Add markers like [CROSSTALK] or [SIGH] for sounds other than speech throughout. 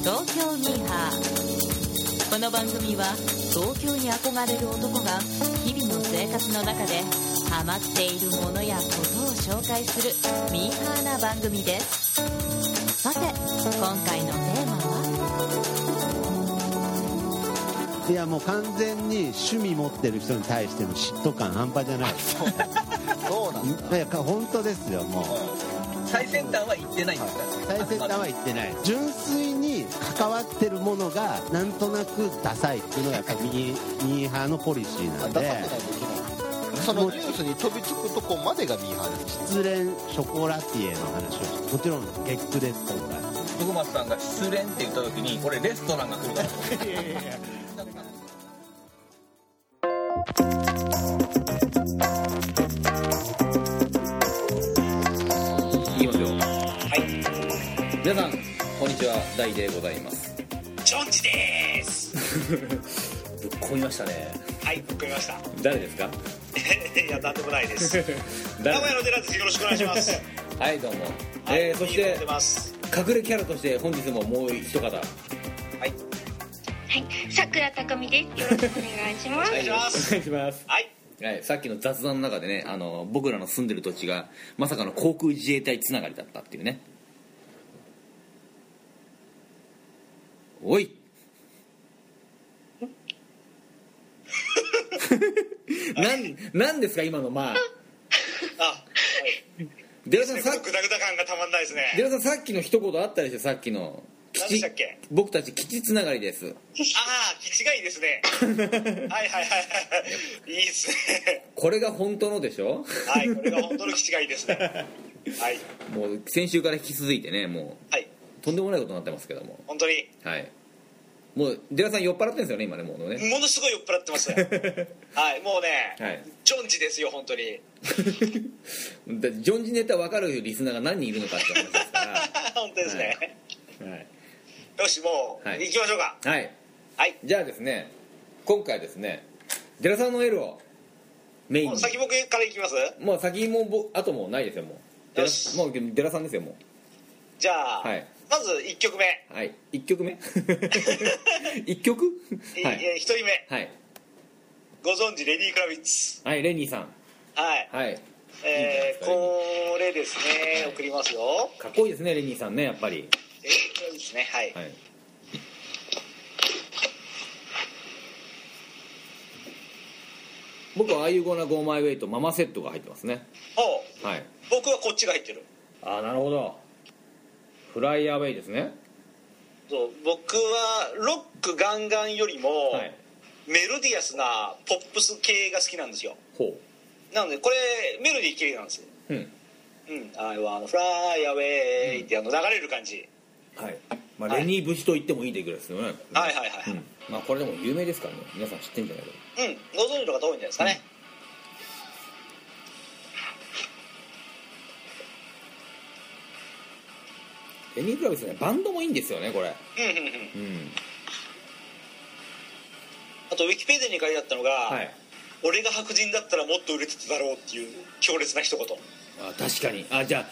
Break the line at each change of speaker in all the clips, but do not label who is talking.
東京ミーハーこの番組は東京に憧れる男が日々の生活の中でハマっているものやことを紹介するミーハーな番組ですさて今回のテーマはい
やもう完全に趣味持ってる人に対しての嫉妬感半端じゃ
[LAUGHS]
ない
そうなんだ
いや本当ですよもう
最先端は行ってないんですか
最先端は言ってない純粋に関わってるものがなんとなくダサいっていうのがやっぱミーミーハーのポリシーなん
ダサくな
で
いといけないそのニュースに飛びつくとこまでがミーハーです
失恋ショコラティエの話をしてもちろんゲックですとか
徳松さんが失恋って言った時に俺レストランが来るからいきますよはい皆さんこんにちは大でございます
ジョンジです。
ぶっ込みましたね
[LAUGHS] はい、わかりました。
誰ですか
いや、なんでもない [LAUGHS] です。名
誰
古屋の寺です。よろしくお願いします。
はいどうも、
はい
えーそし
いいの
て
出てます。
隠れキャラとして本日ももう一方
はい、さくらたかみです。よろしくお願いしま
お
す。
願いします。
いします
はい、
はい、さっきの雑談の中でねあの僕らの住んでる土地がまさかの航空自衛隊つながりだったっていうね
[LAUGHS]
おいなんなんですか今のまあ
あ、
デラ
こ
さん
の
さっ
グダグダ感がたまんないですね。
デラさんさっきの一言あったでしょさっきの
何でしたっけ
僕たち基地つながりです [LAUGHS]
ああ、気違いですね。はいはいはいはい。いいです [LAUGHS] ね。
これが本当のでしょ
はい、これが本当の気違いですね。はい、
[LAUGHS] もう先週から引き続いてねも
はい、
うとんでもないことになってますけども
本当に。
はいもうデラさん酔っ払ってんですよね今ねもうね
ものすごい酔っ払ってます。はい、もうね、
はい [LAUGHS]
ジョンジですよ、本当に。 [LAUGHS]
だジョンジネタ分かるリスナーが何人いるのかって話ですか
本当ですね。
らはい、
よし、もう、
はい
行きましょうか。
はい、
はい。
じゃあですね今回ですねデラさんのエルをメイン
もう
に
先僕から行きます
もう先もぼ後もないですよもうデ
よ
ラ
し
もうデラさんですよも
じゃあ、
はい
まず1曲目、
うはい1
[LAUGHS]
曲目1曲
い
はい
え1人目
はい、
ご存知レディー・クラビッツ
はい、レニーさん
はい、
はい
えー、これですね送りますよ
かっこいいですねレニーさんねやっぱり
レディー・クラビッツねはい、
はい僕は「ああいうゴなゴーマイウェイ」と「ママセット」が入ってますね
ほう
はい
僕はこっちが入ってる
ああなるほどフライアウェイですね
そう僕はロックガンガンよりも、
はい
メロディアスなポップス系が好きなんですよ
ほ
なのでこれメロディー系なんですよ
ううん
うん「I wanna fly away」ってあの流れる感じ、
はい、まあ、
はい
レニー節と言ってもいいでぐらいですよね、
はいはいはい、
う
うん
ん、まあこれでも有名ですからね皆さん知ってんじゃないか
ご存知の方多いんじゃないですかね、
レニークラブですねバンドもいいんですよねこれ
うんうんうん
うん
あとウィキペディアに書いてあったのが、
はい
俺が白人だったらもっと売れてただろうっていう強烈な一言
あ確かにあじゃあ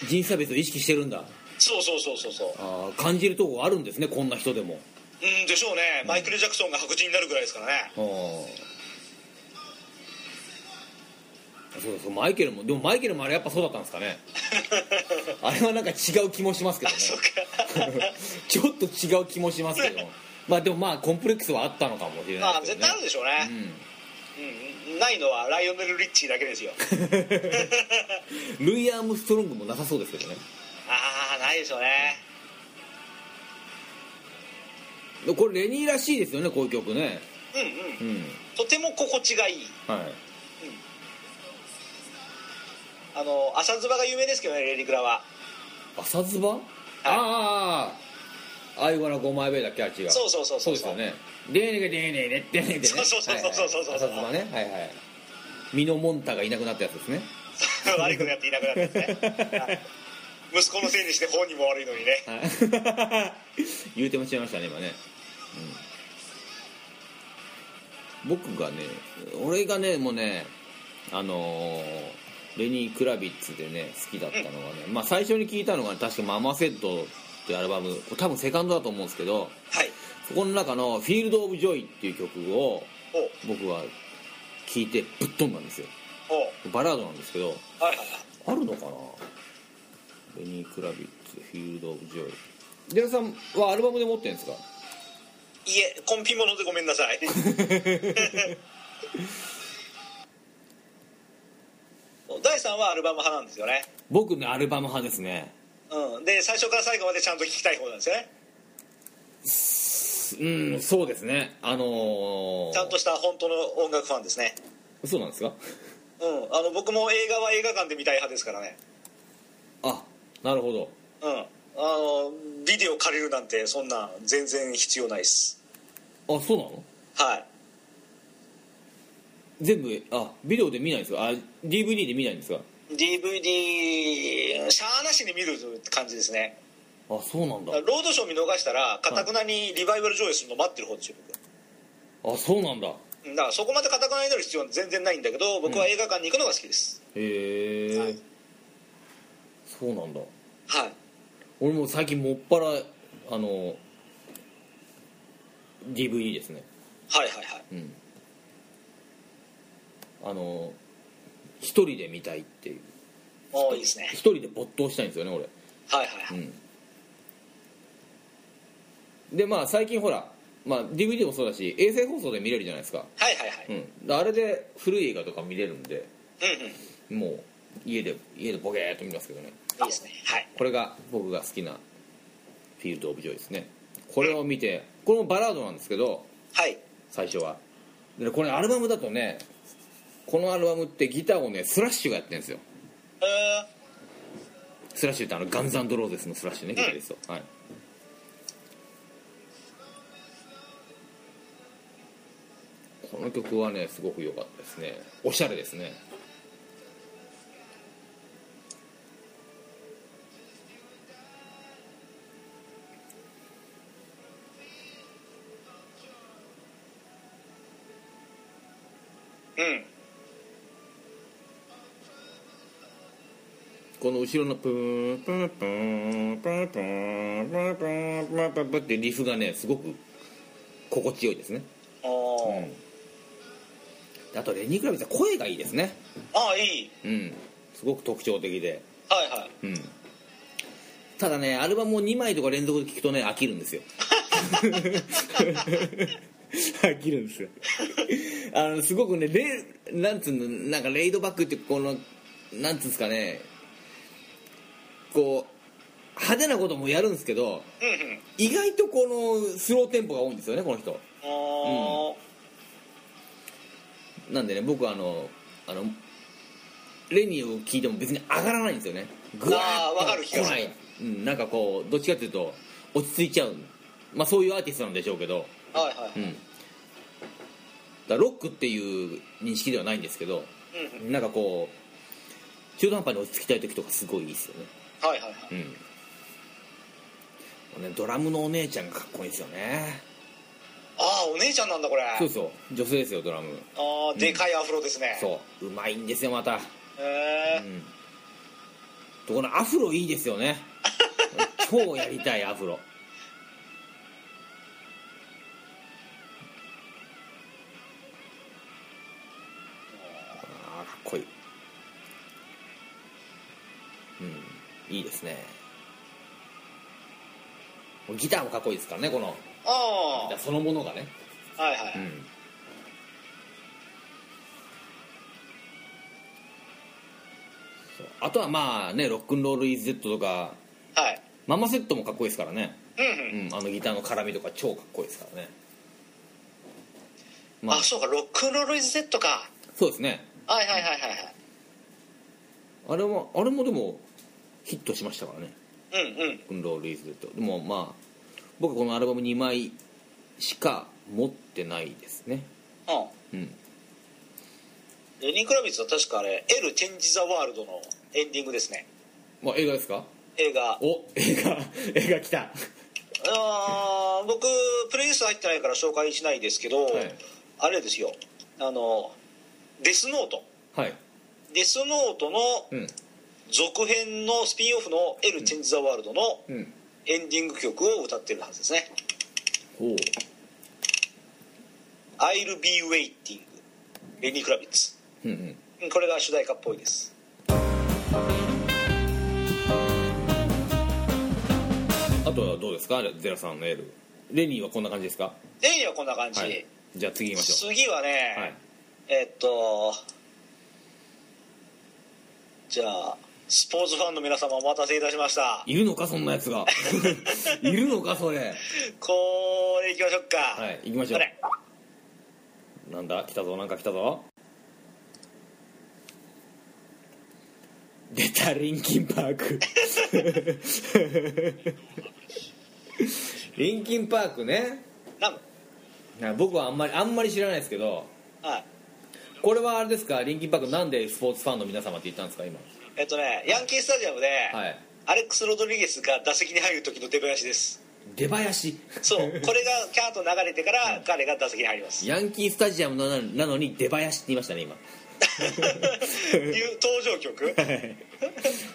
人種差別を意識してるんだ
そうそうそうそうそう
あー感じるとこあるんですねこんな人でも
うんでしょうねマイケル・ジャクソンが白人になるぐらいですからね
あーそうそうマイケルもでもマイケルもあれやっぱそうだったんですかねあれはなんか違う気もしますけ
あ
どね
[LAUGHS] そっか
[LAUGHS] ちょっと違う気もしますけどまあでもまあコンプレックスはあったのかもしれな
[LAUGHS] ま
い
あ
です
絶
け
対
ど
あ
ね
るでしょうね、うんないのはライオネル・リッチーだけ [LAUGHS] ですよ
うんルイ・アームストロングもなさそうですけどね
ああないでしょうね
でこれレニーらしいですよねこういう曲ね
うんうん
うん
とても心地がいい
はい
あの浅妻が有名ですけどねレディクラは
朝ズバ、ああああいうような5枚目だっけあっちが
そうそうそう
そ
そうう
ですよねでねがでねねでねでね
そうそうそうそうそうそう
はいはい朝ズバねはいはいミノモンタがいなくなったやつですね
[LAUGHS] 悪いことやっていなくなったですねはい息子のせいにして本人も悪いのにね
はい [LAUGHS] 言うてもちゃいましたね今ね、うん、僕がね俺がねもうねあのーレニー・クラビッツでね好きだったのはね、まあ最初に聞いたのが確かママセットっていうアルバム多分セカンドだと思うんですけど
はい
そこの中の「フィールド・オブ・ジョイ」っていう曲を
おう
僕は聴いてぶっ飛んだんですよ
おう
バラードなんですけど
はいはいはい
あるのかなベニー・クラビッツ「フィールド・オブ・ジョイ」デラさんはアルバムで持ってるんですか
いえコンピものでごめんなさい [LAUGHS] 大さんはアルバム派なんですよね、
僕ねアルバム派ですね
うん、で最初から最後までちゃんと聴きたい方なんですよね
うんそうですねあのー、
ちゃんとした本当の音楽ファンですね
そうなんですか
うんあの僕も映画は映画館で見たい派ですからね
あなるほど
うんあのビデオ借りるなんてそんなん全然必要ないっす
あそうなの
はい
全部あビデオで見ないんですかあ DVD で見ないんですか
DVD シャーなしに見るって感じですね
あそうなんだ
ロードショー見逃したらかたくなにリバイバル上映するの待ってる方ですよ僕
あそうなんだ
うんだからそこまでかたくなになる必要は全然ないんだけど僕は映画館に行くのが好きです、
へえ、
はい
そうなんだ
はい
俺も最近もっぱらあの DVD ですね
はいはいはい
うんあの一人で見たいっていう
おーいいですね
一人で没頭したいんですよね俺
はいはいはい、
うん、でまあ最近ほら、まあ、DVD もそうだし衛星放送で見れるじゃないですか、
はいはいはい
うん、あれで古い映画とか見れるんで
うんうんい
もう家で家でボケーっと見ますけどね
いですねはい
これが僕が好きなフィールド・オブ・ジョイですねこれを見てこれもバラードなんですけど
はい
最初はでこれアルバムだとねこのアルバムってギターをねスラッシュがやってるんですよ
え
スラッシュってあのガンズローゼスのスラッシュねギタリスト、はいこの曲はねすごく良かったですねおしゃれですね
ーうん
この後ろのプーンプーンプーンプーンプーンプーンプーンプーンプーンプーンってリフがねすごく心地よいですね、
おー
うん、あとレニー・クラビッツは声がいいですね
ああいい
うんすごく特徴的で
はいはい
うんただねアルバムを2枚とか連続で聴くとね飽きるんですよ飽きるんですよあのすごくねレなんつうのなんかレイドバックってこのなんつうんですかねこう派手なこともやるんですけど
うんうん
意外とこのスローテンポが多いんですよねこの人
おー
なんでね僕はあのあのレニーを聞いても別に上がらないんですよねぐわ
あーわかる
ーっ
気が
と来
す
な
る
い、うん、なんかこうどっちかっていうと落ち着いちゃうまあそういうアーティストなんでしょうけど
はいはい
うんだからロックっていう認識ではないんですけど
うんうん
なんかこう中途半端に落ち着きたい時とかすごいいいですよね
はいはいはい
うんもうねドラムのお姉ちゃんがかっこいいですよね
ああお姉ちゃんなんだこれ
そうですよ女性ですよドラム
ああでかいアフロですね
そううまいんですよまた
へ
う
え
んとこのアフロいいですよね [LAUGHS] 超やりたいアフロあーかっこいいうんいいですねギターもかっこいいですからねこの
あ
ギターそのものがね
あはいはい
うんそうあとはまあね「ロックンロール・イズ・ゼット」とか
はい
「ママセット」もかっこいいですからね、
うん
う
うん
ん、あのギターの絡みとか超かっこいいですからねまあ
あそうかロックンロールイズ Z か
そうですね
はいはいはいはいはい
あれもあれもでもヒットしましたからね
うんうん
「ロックンロール・イズ・ゼット」でもまあ僕このアルバム2枚しか持ってないですね
うん
うん
レニー・クラビッツは確かあれ「L チェンジ・ザ・ワールド」のエンディングですね
まあ映画ですか
映画
お映画 [LAUGHS] 映画来た
あー僕プレイリスト入ってないから紹介しないですけど、
はい
あれですよあのデスノート
はい
デスノートの
うん
続編のスピンオフの「L チェンジ・ザ・ワールド」の
うん
エンディング曲を歌ってるはずですね
おう
「I'll be waiting」レニー・クラビッツ
うんうん
うんこれが主題歌っぽいです
あとはどうですかゼラさんのエールレニーはこんな感じですか
レニーはこんな感じ、
はいじゃあ次行きましょ
次はね
う、はい
えっとじゃあスポーツファンの皆様お待たせいたしました
いるのかそんなやつ [LAUGHS] がいるのかそれ
これいきましょうか
はい行きましょ
これ
うなんだ来たぞなんか来たぞ出たリンキンパー [LAUGHS] クリンキンパークね
なんか
な僕はあんまりあんまり知らないですけど
はい
これはあれですかリンキンパークなんでスポーツファンの皆様って言ったんですか今
えっとねヤンキースタジアムで、
はい
アレックス・ロドリゲスが打席に入る時の出囃子です
出囃子
そう
[LAUGHS]
これがキャーと流れてから彼が打席に入ります
ヤンキースタジアムなのなのに出囃子って言いましたね今 [LAUGHS]
[LAUGHS] いう登場曲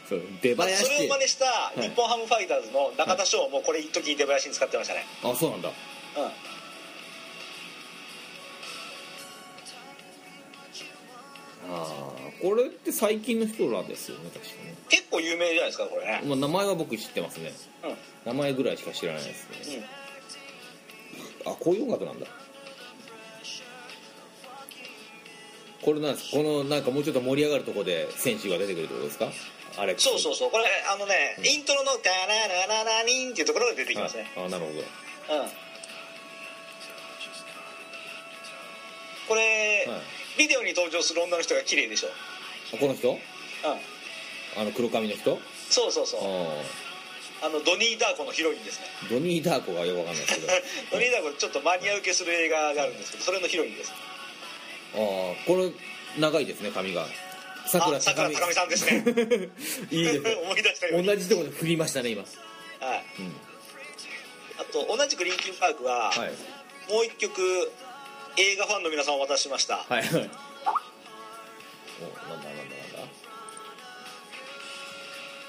そう出
まあ
囃子っ
それを
て
真似した
い
日本ハムファイターズの中田翔もこれ一時出囃子に使ってましたね
あそうなんだ
うん
ああこれって最近の人らですよね確かね
結構有名じゃないですかこれね
まあ、名前は僕知ってますね
うん
名前ぐらいしか知らないですね、あこういう音楽なんだこれなんですこのなんかもうちょっと盛り上がるとこで選手が出てくるってことですかあれ
そうそうそうこれあのね、イントロの「タララララリン」っていうところが出てき
は
ま
い
すね、
あなるほど
うんこれ、
はい
ビデオに登場する女の人が綺麗でしょ
あこの人
うん
あの黒髪の人
そうそうそう
あ
あのドニー・ダーコのヒロインですね
ードニー・ダーコがよくわかんないですけど
[LAUGHS] ドニー・ダーコちょっとマニア受けする映画があるんですけどそれのヒロインです
ああこれ長いですね髪がさく
あ
ら
さくら高見さんですね
[LAUGHS] いいですね
思い出したように
同じところで振りましたね今、
はい、
うん
あと同じくリンキンパークは、
はい
もう一曲映画ファンの皆さんお待たせしました、
はいはいおなんだなんだなんだ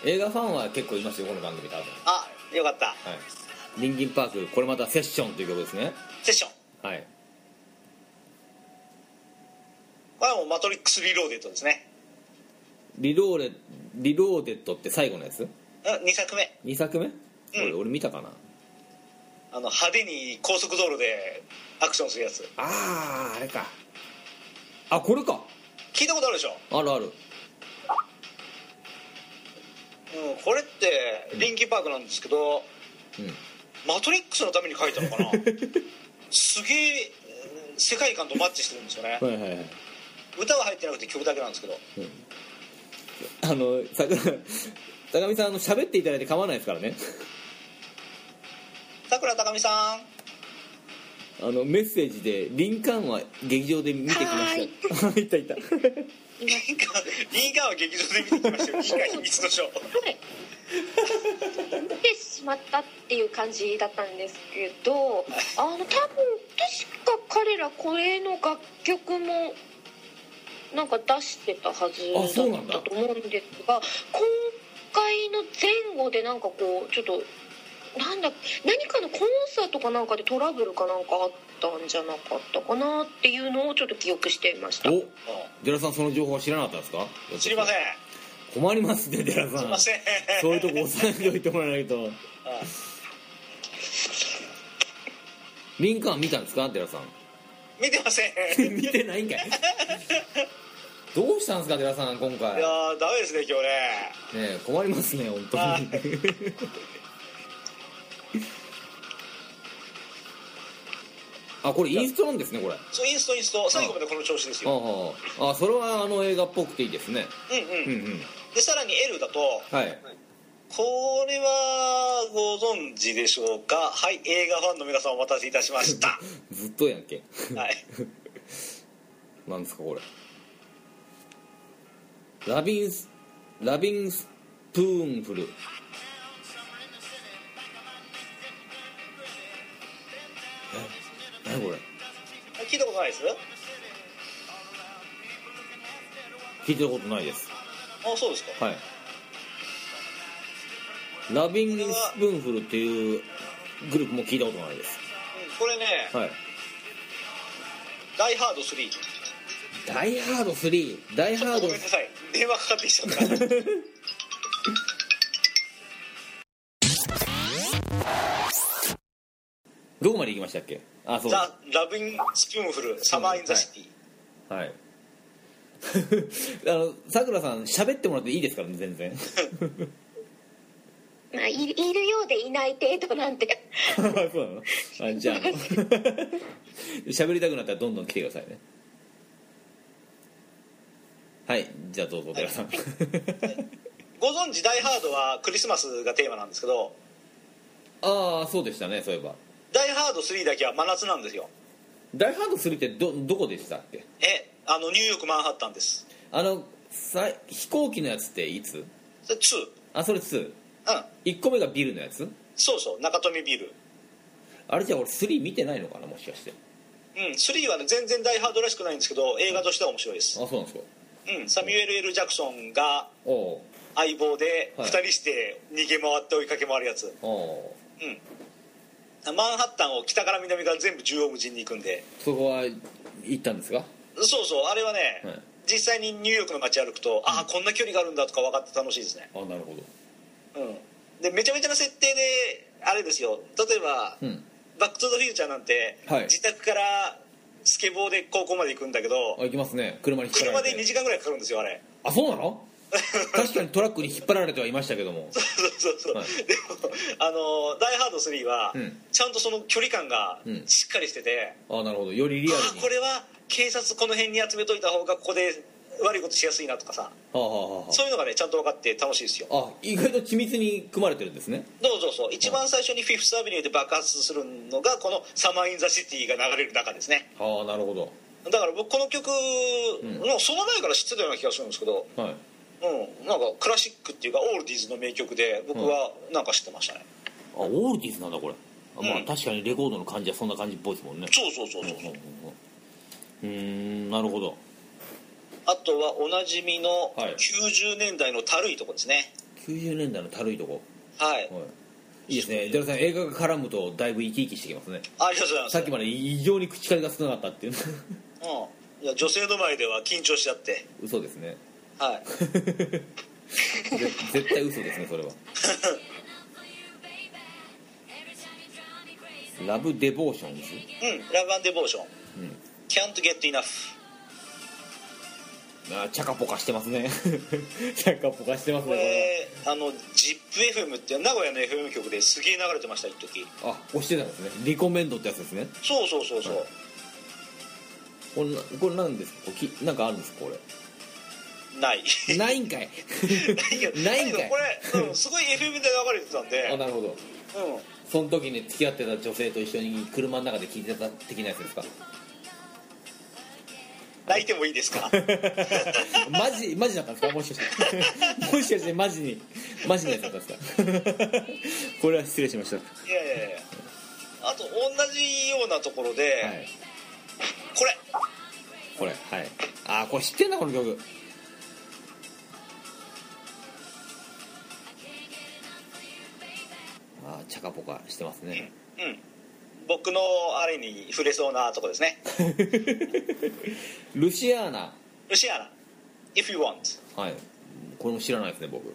映画ファンは結構いますよこの番組多分
あよかった
はいリンキンパークこれまたセッションという曲ですね
セッション
はい
これはもうマトリックスリローデットですね
リローレリローデットって最後のやつ
うん2作目
2作目、俺俺見たかな
あの派手に高速道路でアクションするやつ
あああれかあこれか
聞いたことあるでしょ、
あるある
うん、これってリンキンパークなんですけど、
うん
マトリックスのために書いたのか [LAUGHS] なすげえうん世界観とマッチしてるんですよね
はいはいはい
歌は入ってなくて曲だけなんですけど
あの桜高見さんあの喋っていただいて構わないですからね
さくら高見さん
あのメッセージで「リンカーンは劇場で見てきました」 [LAUGHS] いたいた
リンカーンリンカーンは劇場で見てきましたよリンカーン秘密の書
はい出てしまったっていう感じだったんですけどあの多分確か彼らこれの楽曲もなんか出してたはず
あそうなんだ
だったと思うんですが今回の前後でなんかこうちょっと。なんだ何かのコンサートかなんかでトラブルかなんかあったんじゃなかったかなっていうのをちょっと記憶していました
おデラさんその情報は知らなかったんですか
知りません
困りますねデラ
すいま
さ
せ
ん
ん
そういうとこ押さえておいてもらわ
[LAUGHS]
ないとリンカーン見たんですかデラさん
見てませんい
見てないんかいどうしたんですかデラさん今回
や
ね
ーダメですね今日ね
え困りますね本
は
当
い
に [LAUGHS] あこれインストなんですねこれ
そうインストインスト最後までこの調子ですよ
あああそれはあの映画っぽくていいですね
うん
うん
うん
うん
でさらに L だと
はい
これはご存知でしょうかはい映画ファンの皆さんお待たせいたしま
[LAUGHS]
した
ずっとやんけ
はい
なんですかこれラビンスラビンスプーンフルえ何これ
聞いたことないです
聞いたことないです
あそうですか
はい「ラビング・スプーンフル」っていうグループも聞いたことないです
これね
はい
「ダイ・ハード3」
「ダイ・ハード3」「ダイ・
ちょ
ハ
っと
ード
ごめんなさい電話かかってきちゃった
どこまで行きましたっけあそう
ザ・ラブ・イン・スプーンフルサマー・イン・ザ・シティ、
はい [LAUGHS] あのさくらさん喋ってもらっていいですからね全 [LAUGHS] 然
まあ、いいるようでいない程度なんて
[LAUGHS] そうなのあじゃあ [LAUGHS] あの喋りたくなったらどんどん来てくださいねはいじゃあどうぞ寺さん [LAUGHS]
ご存知ダイ・ハードはクリスマスがテーマなんですけど
ああそうでしたねそういえば
ダイ・ハード3だけは真夏なんですよ
「ダイ・ハード3」ってどどこでしたっけ
えあのニューヨークマンハッタンです
あのさ飛行機のやつっていつ
それ2
あそれ21
うん
個目がビルのやつ
そうそう中富ビル
あれじゃあ俺3見てないのかなもしかして
うん3はね全然ダイ・ハードらしくないんですけど映画としては面白いで
あ
す、
そうなんですか
うん、サミュエル・ L ・ジャクソンが
おお
相棒で
は
2
い
人して逃げ回って追いかけ回るやつ、
おお
うんマンハッタンを北から南から全部縦横無尽に行くんで
そこは行ったんですか
そうそうあれはね、
はい
実際にニューヨークの街歩くと、ああこんな距離があるんだとか分かって楽しいですね
あなるほど
うんでめちゃめちゃな設定であれですよ例えば、
うん
バック・トゥ・ザ・フューチャー」なんて、
はい
自宅からスケボーで高校まで行くんだけど
あ行きますね車に引っ張ら
車
れて
で2時間ぐらいかかるんですよあれ
あそうなの確かにトラックに引っ張られてはいましたけども
そうそうそう、
はい
でもあの「ダイ・ハード3は」
うん
ちゃんとその距離感が
うん
しっかりしてて、
あなるほどよりリアル
あ
に
あこれは警察この辺に集めといた方がここで悪いことしやすいなとかさ
はあはあは
そういうのがねちゃんと分かって楽しいですよ
あはああ意外と緻密に組まれてるんですね
どうぞそう一番最初にフィフスアビニューで爆発するのがこの「サマー・イン・ザ・シティ」が流れる中ですね
はあなるほど
だから僕この曲のその前から知ってたような気がするんですけど、
はい
うん、なんかクラシックっていうかオールディーズの名曲で僕はなんか知ってましたね、
あオールディーズなんだこれあまあ、
うん
確かにレコードの感じはそんな感じっぽいですもんね
そうそうそうそうそう
うんうんうんうーんなるほど
あとはおなじみの
はい
90年代のたるいとこですね
90年代のたるいとこ
はい、
いいですね寺田さん映画が絡むとだいぶ生き生きしてきますね
ありがとうございます
さっきまで異常に口数が少なかったっていう [LAUGHS]
うん、いや女性の前では緊張しちゃって
嘘ですね [LAUGHS]
はい
ぜ絶対嘘ですねそれはラブデボーションズ
うん、ラブアンデボーション。
うん
キャン t ゲットイナフ。
あーチャカポカしてますね [LAUGHS] チャカポカしてます
こ
ね
れ、あの、ジップ FM って名古屋の FM 局ですげえ流れてました、一時。
これあ押してたんですねリコメンドってやつですね
そうそうそうそう。
これなこれなんですかこれきなんかあるんですかこ [LAUGHS]
ない。
れないんかい [LAUGHS] ないんかい
これ、うん、すごい FM で流れてたん
あ
で。
なるほど
うん。
その時に付き合ってた女性と一緒に車の中で聞いてた的なやつですか
泣いてもいいですか。
マジマジだったんですかもしかしてもしかしてマジにマジのやつだったんですか [LAUGHS] これは失礼しました
いやいやいや。あと、同じようなところで、
はい
これ。
これはいあーこれ知ってんだこの曲あーチャカポカしてますね [LAUGHS]
うん。僕のあれに触れそうなとこですね。
ルシアーナ
ルシアナ。If you want。
はいこれも知らないですね僕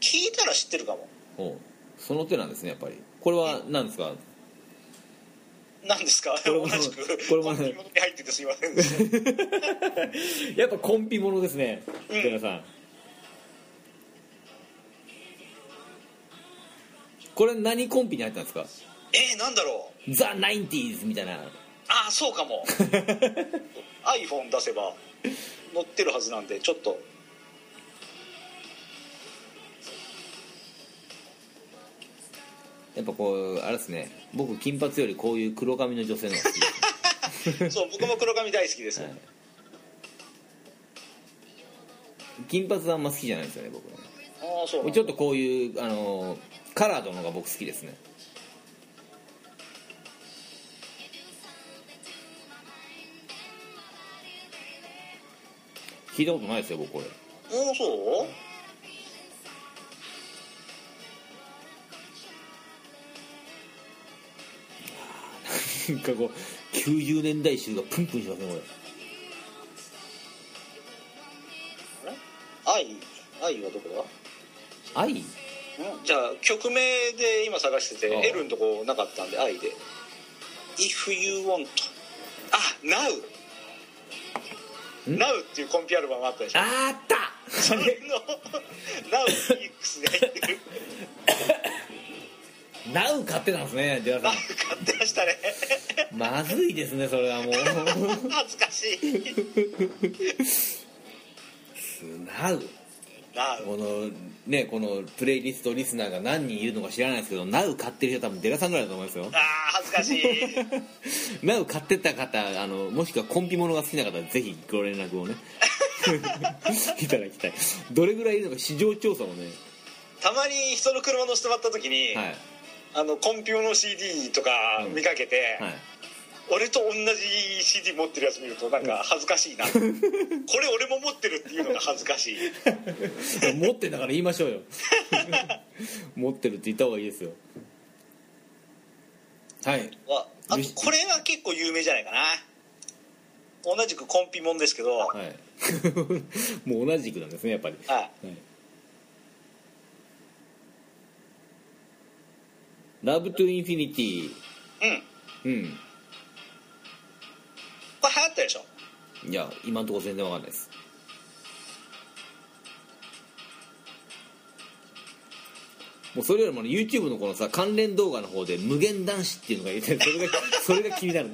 聞いたら知ってるかも。
おうその手なんですねやっぱりこれは何ですか [LAUGHS]
なんですか
れも
同じく
これも
コンビニに入っててすいませんでした
やっぱコンピものですね
うん
皆さんこれ何コンピに入ったんですか
えー、なんだろう
ザ・ナインティーズみたいな
ああそうか
[LAUGHS]
も iPhone 出せば載ってるはずなんでちょっと
やっぱこうあれですね僕金髪よりこういう黒髪の女性の方が好 [LAUGHS] きです
そう僕も黒髪大好きです、
はい金髪はあんま好きじゃないんですよね僕ね
ああそうなんだ
ちょっとこういうあのーカラードのが僕好きですね聞いたことないですよ僕これ
ああそう
なんかこう90年代集がプンプンしますねこれ
愛愛はどこだ
愛
じゃあ曲名で今探して
ああ
て L のとこなかったんで愛で「If You Want」あ Now」
ん
Now っていうコンピアルバムあったでしょ
あーったあ
それ
れ
の Now フィニックスが入ってる
ナウ買ってたんですねジェラ
な
さ
んか買ってましたね
んまずいですねそれはもう [LAUGHS]
恥ずかしい
ナウ
Now
このねこのプレイリストリスナーが何人いるのか知らないですけどナウ買ってる人は多分デラさんぐらいだと思いますよ [LAUGHS]
あー恥ずかしい
ナウ買ってた方あのもしくはコンピものが好きな方はぜひご連絡をね [LAUGHS] いただきたいどれぐらいいるのか市場調査もね
たまに人の車乗せてもらった時に、
はい
あのコンピューの CD とか見かけて、
はい
俺と同じ CD 持ってるやつ見るとなんか恥ずかしい [LAUGHS] な、これ俺も持ってるっていうのが恥ずかしい
持ってんだから言いましょうよ [LAUGHS] 持ってるって言った方がいいですよはい
わあとこれは結構有名じゃないかな同じくコンピモンですけど、
はい [LAUGHS] もう同じくなんですねやっぱり
はい
「ラブトゥインフィニティ
うん」
うん
これ流行ったでしょ
いや今のところ全然わかんないですもうそれよりも、ね、YouTube のこのさ関連動画の方で「無限男子」っていうのがいてそれ [LAUGHS] がそれが気になる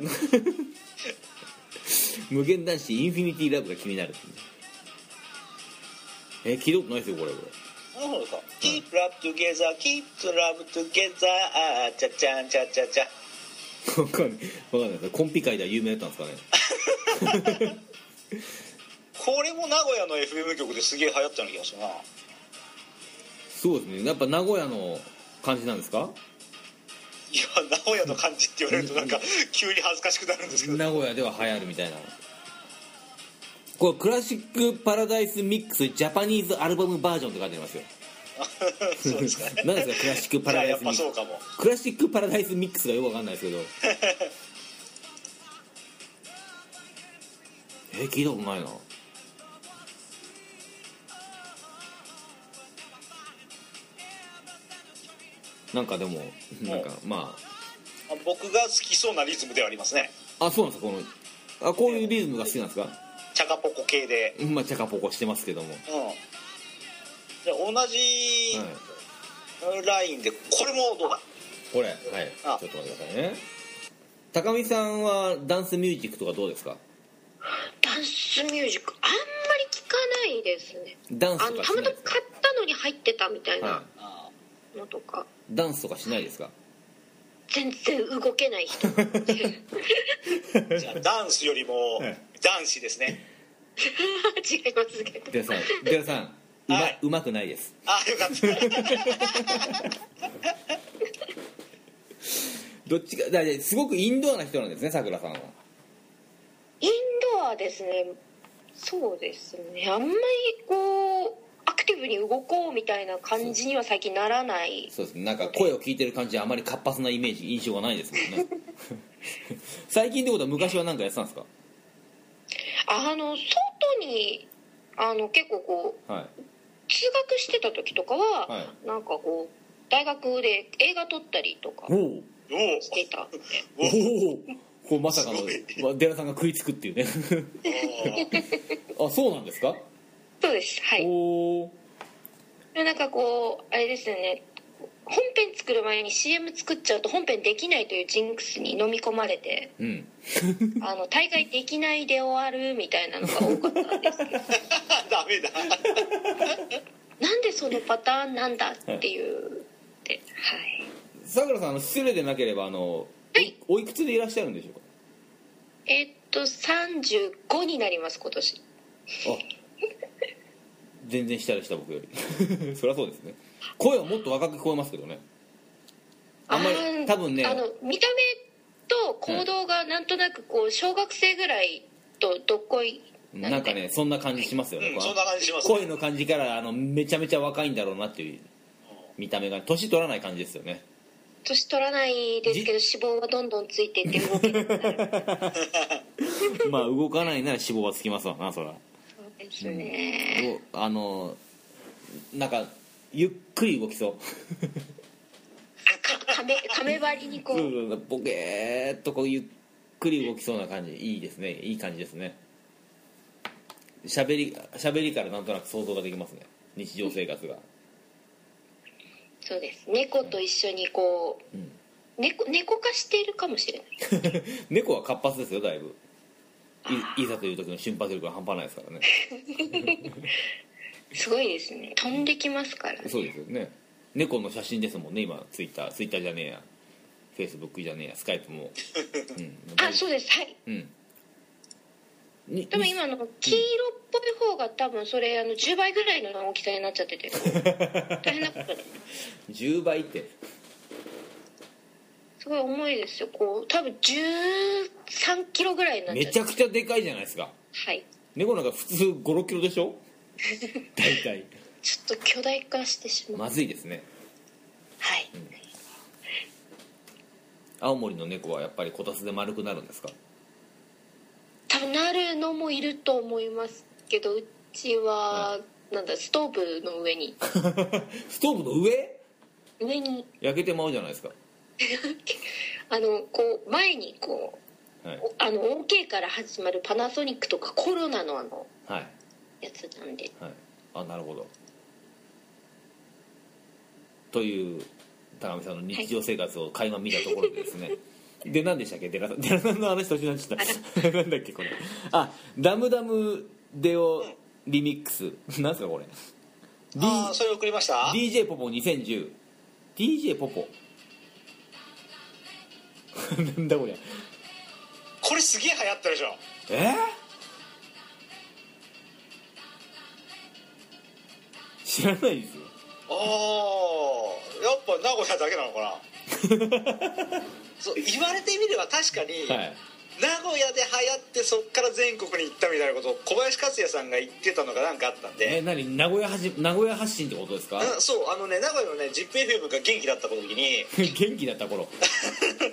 無限男子インフィニティラブが気になるえ聞いたことないですよこれこれ
なるほどか「Keep Love Together Keep Love Together あーちゃちゃんちゃちゃちゃ」
わかんないわかんないですコンピ界では有名だったんですかね
これも名古屋の FM 局ですげえ流行ったような気がするな
そうですねやっぱ名古屋の感じなんですか
いや名古屋の感じって言われるとなんか急に恥ずかしくなるんですけ
[LAUGHS]
ど
名古屋では流行るみたいなこれクラシック・パラダイス・ミックス・ジャパニーズ・アルバムバージョンって書いてありますよ
そうですかね
何ですかクラシック・パ
じゃ
ラ
あ
ダ
や
イ
っ
ス・
ぱそ
ミックス
うかも
クラシック・パラダイス・ミックスがよくわかんないですけどえ聞いたことないななんかでもなんかま
僕が好きそうなリズムではありますね
ああそうなんですかこのあこういうリズムが好きなんですか
チャカポコ系で
まあチャカポコしてますけども、は
うんじゃあ同じ
い、
ラインでこれもどうだ
これはい
あ
ちょっと待ってくださいね高見さんはダンスミュージックとかどうですか
ダンスミュージックあんまり聞かないですね
ダン
あ
スと
の
か
た
し
ま
な
たま
いです
買ったのに入ってたみたい
か、は
なのとか、
い、ダンスとかしないですか
全然動けない
[LAUGHS]
人
じゃあダンスよりも
はい
男子ですね
違いますけど
デラさんデラさんうま,、
は
う
い
まくないです
ああよ
[LAUGHS]
かった
どっちかだいすごくインドアな人なんですねさくらさんは
インドアですねそうですねあんまりこうアクティブに動こうみたいな感じには最近ならない
そうですねなんか声を聞いてる感じはあまり活発なイメージ印象がないですけどね最近ってことは昔は何かやってたんですか
あの外にあの結構こ
は
う通学してた時とかは、
は
なんかこう大学で映画撮ったりとか
いおお
お
してたんで
おおこうまさかのまデラさんが食いつくっていうね
お
[LAUGHS] あそうなんですか、
そうですはい
おお
なんかこうあれですよね本編作る前に CM 作っちゃうと本編できないというジンクスに飲み込まれて
うん
あの大会できないで終わるみたいなのが多かったんですけ
[LAUGHS]
ど
ダメだ
なんでそのパターンなんだっていうってはい
さくらさんあの失礼でなければあの、
はい
おおいくつでいらっしゃるんでしょう
えーっと35になります今年
かあ全然下でした僕より [LAUGHS] そりゃそうですね声はもっと若く聞こえますけどねあんまり
ー
多分ね
あの見た目と行動がなんとなくこう小学生ぐらいとどっこいな
なんかねそんな感じしますよね、
うん
こう
そんな感じします
声の感じからあのめちゃめちゃ若いんだろうなっていう見た目が年取らない感じですよね
年取らないですけど脂肪はどんどんついていって動けなくなる
[LAUGHS] まあ動かないなら脂肪はつきますわなそら
そうですね、
おあのなんかゆっくり動きそう
あかかめかめ張りにこう、
ボケーっとこうゆっくり動きそうな感じいいですねいい感じですね喋り喋りからなんとなく想像ができますね日常生活が
そうです猫と一緒にこう、
うん
猫猫化しているかもしれない
猫は活発ですよだいぶいいざという時の瞬発力が半端ないですからね
すごいですね飛んできますから
そうですよね猫の写真ですもんね今ツイッターツイッターじゃねえやフェイスブックじゃねえやスカイプも、うん、
あそうですはい
うんに
多分今の黄色っぽい方が多分それあの10倍ぐらいの大きさになっちゃ
[LAUGHS]
ってて大変なことに
10倍って
すごい重いですよこう多分13キロぐらいになっ
め
ちゃっ
ち
て
ゃくちゃでかいじゃないですか
はい
猫なんか普通5 6キロでしょ大体
ちょっと巨大化してしまう、
まずいですね
はい
青森の猫はやっぱりこたつで丸くなるんですか [LAUGHS]
多分なるのもいると思いますけどうちは、なんだストーブの上に
ストーブの上
上に
焼けてまうじゃないですか
あのこう前にこう、
はい
おあの OK から始まるパナソニックとかコロナのあの
はい
やつなんで
はいあなるほどという高見さんの日常生活を垣間見たところでですね、で何でしたっけデラデラさん [LAUGHS] の話途中になっちゃった [LAUGHS] なんだっけこれあダムダムデオリミックスなんすかこれ
ああそれ送りました
D- DJ ポポ 2010DJ ポポ [LAUGHS] なんだこりゃ
これすげえ流行ったでしょ
え知らないですよ
ああやっぱ名古屋だけなのかなそう言われてみれば確かに、
[LAUGHS] はい
名古屋で流行ってそっから全国に行ったみたいなことを小林克也さんが言ってたのがなんかあったん
え
で、
何名古屋はじ名古屋発信ってことですか
うんそうあのね名古屋のね ZIPFM が元気だった時に
[LAUGHS] 元気だった頃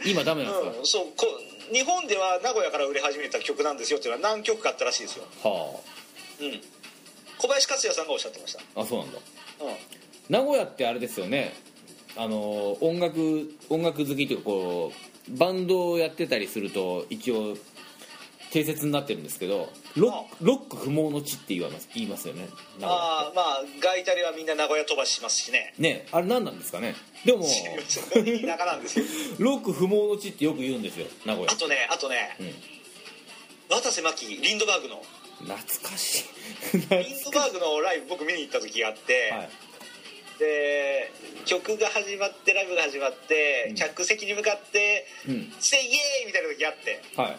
今ダメなんで
うん、そうこう日本では名古屋から売れ始めた曲なんですよっていうのは何曲かあったらしいですよ、
すかは
うん、小林克也さんがおっしゃってました、
ああそうなんだ
うん、
名古屋ってあれですよねあの音楽音楽好きというかこうバンドをやってたりすると一応定説になってるんですけどロックロック不毛の地って言います言いますよね名古屋
ああまあガイタレはみんな名古屋飛ばししますしね
ねあれ何なんですかねでも
田舎なんですよ
ロック不毛の地ってよく言うんですよ名古屋
[LAUGHS] あとねあとね、渡瀬真希リンドバーグの
懐かし
リンドバーグのライブ僕見に行った時があって、
いはい
で曲が始まってライブが始まって、
うん
客席に向かって
うん
「せいイエーイ!」みたいな時があって
は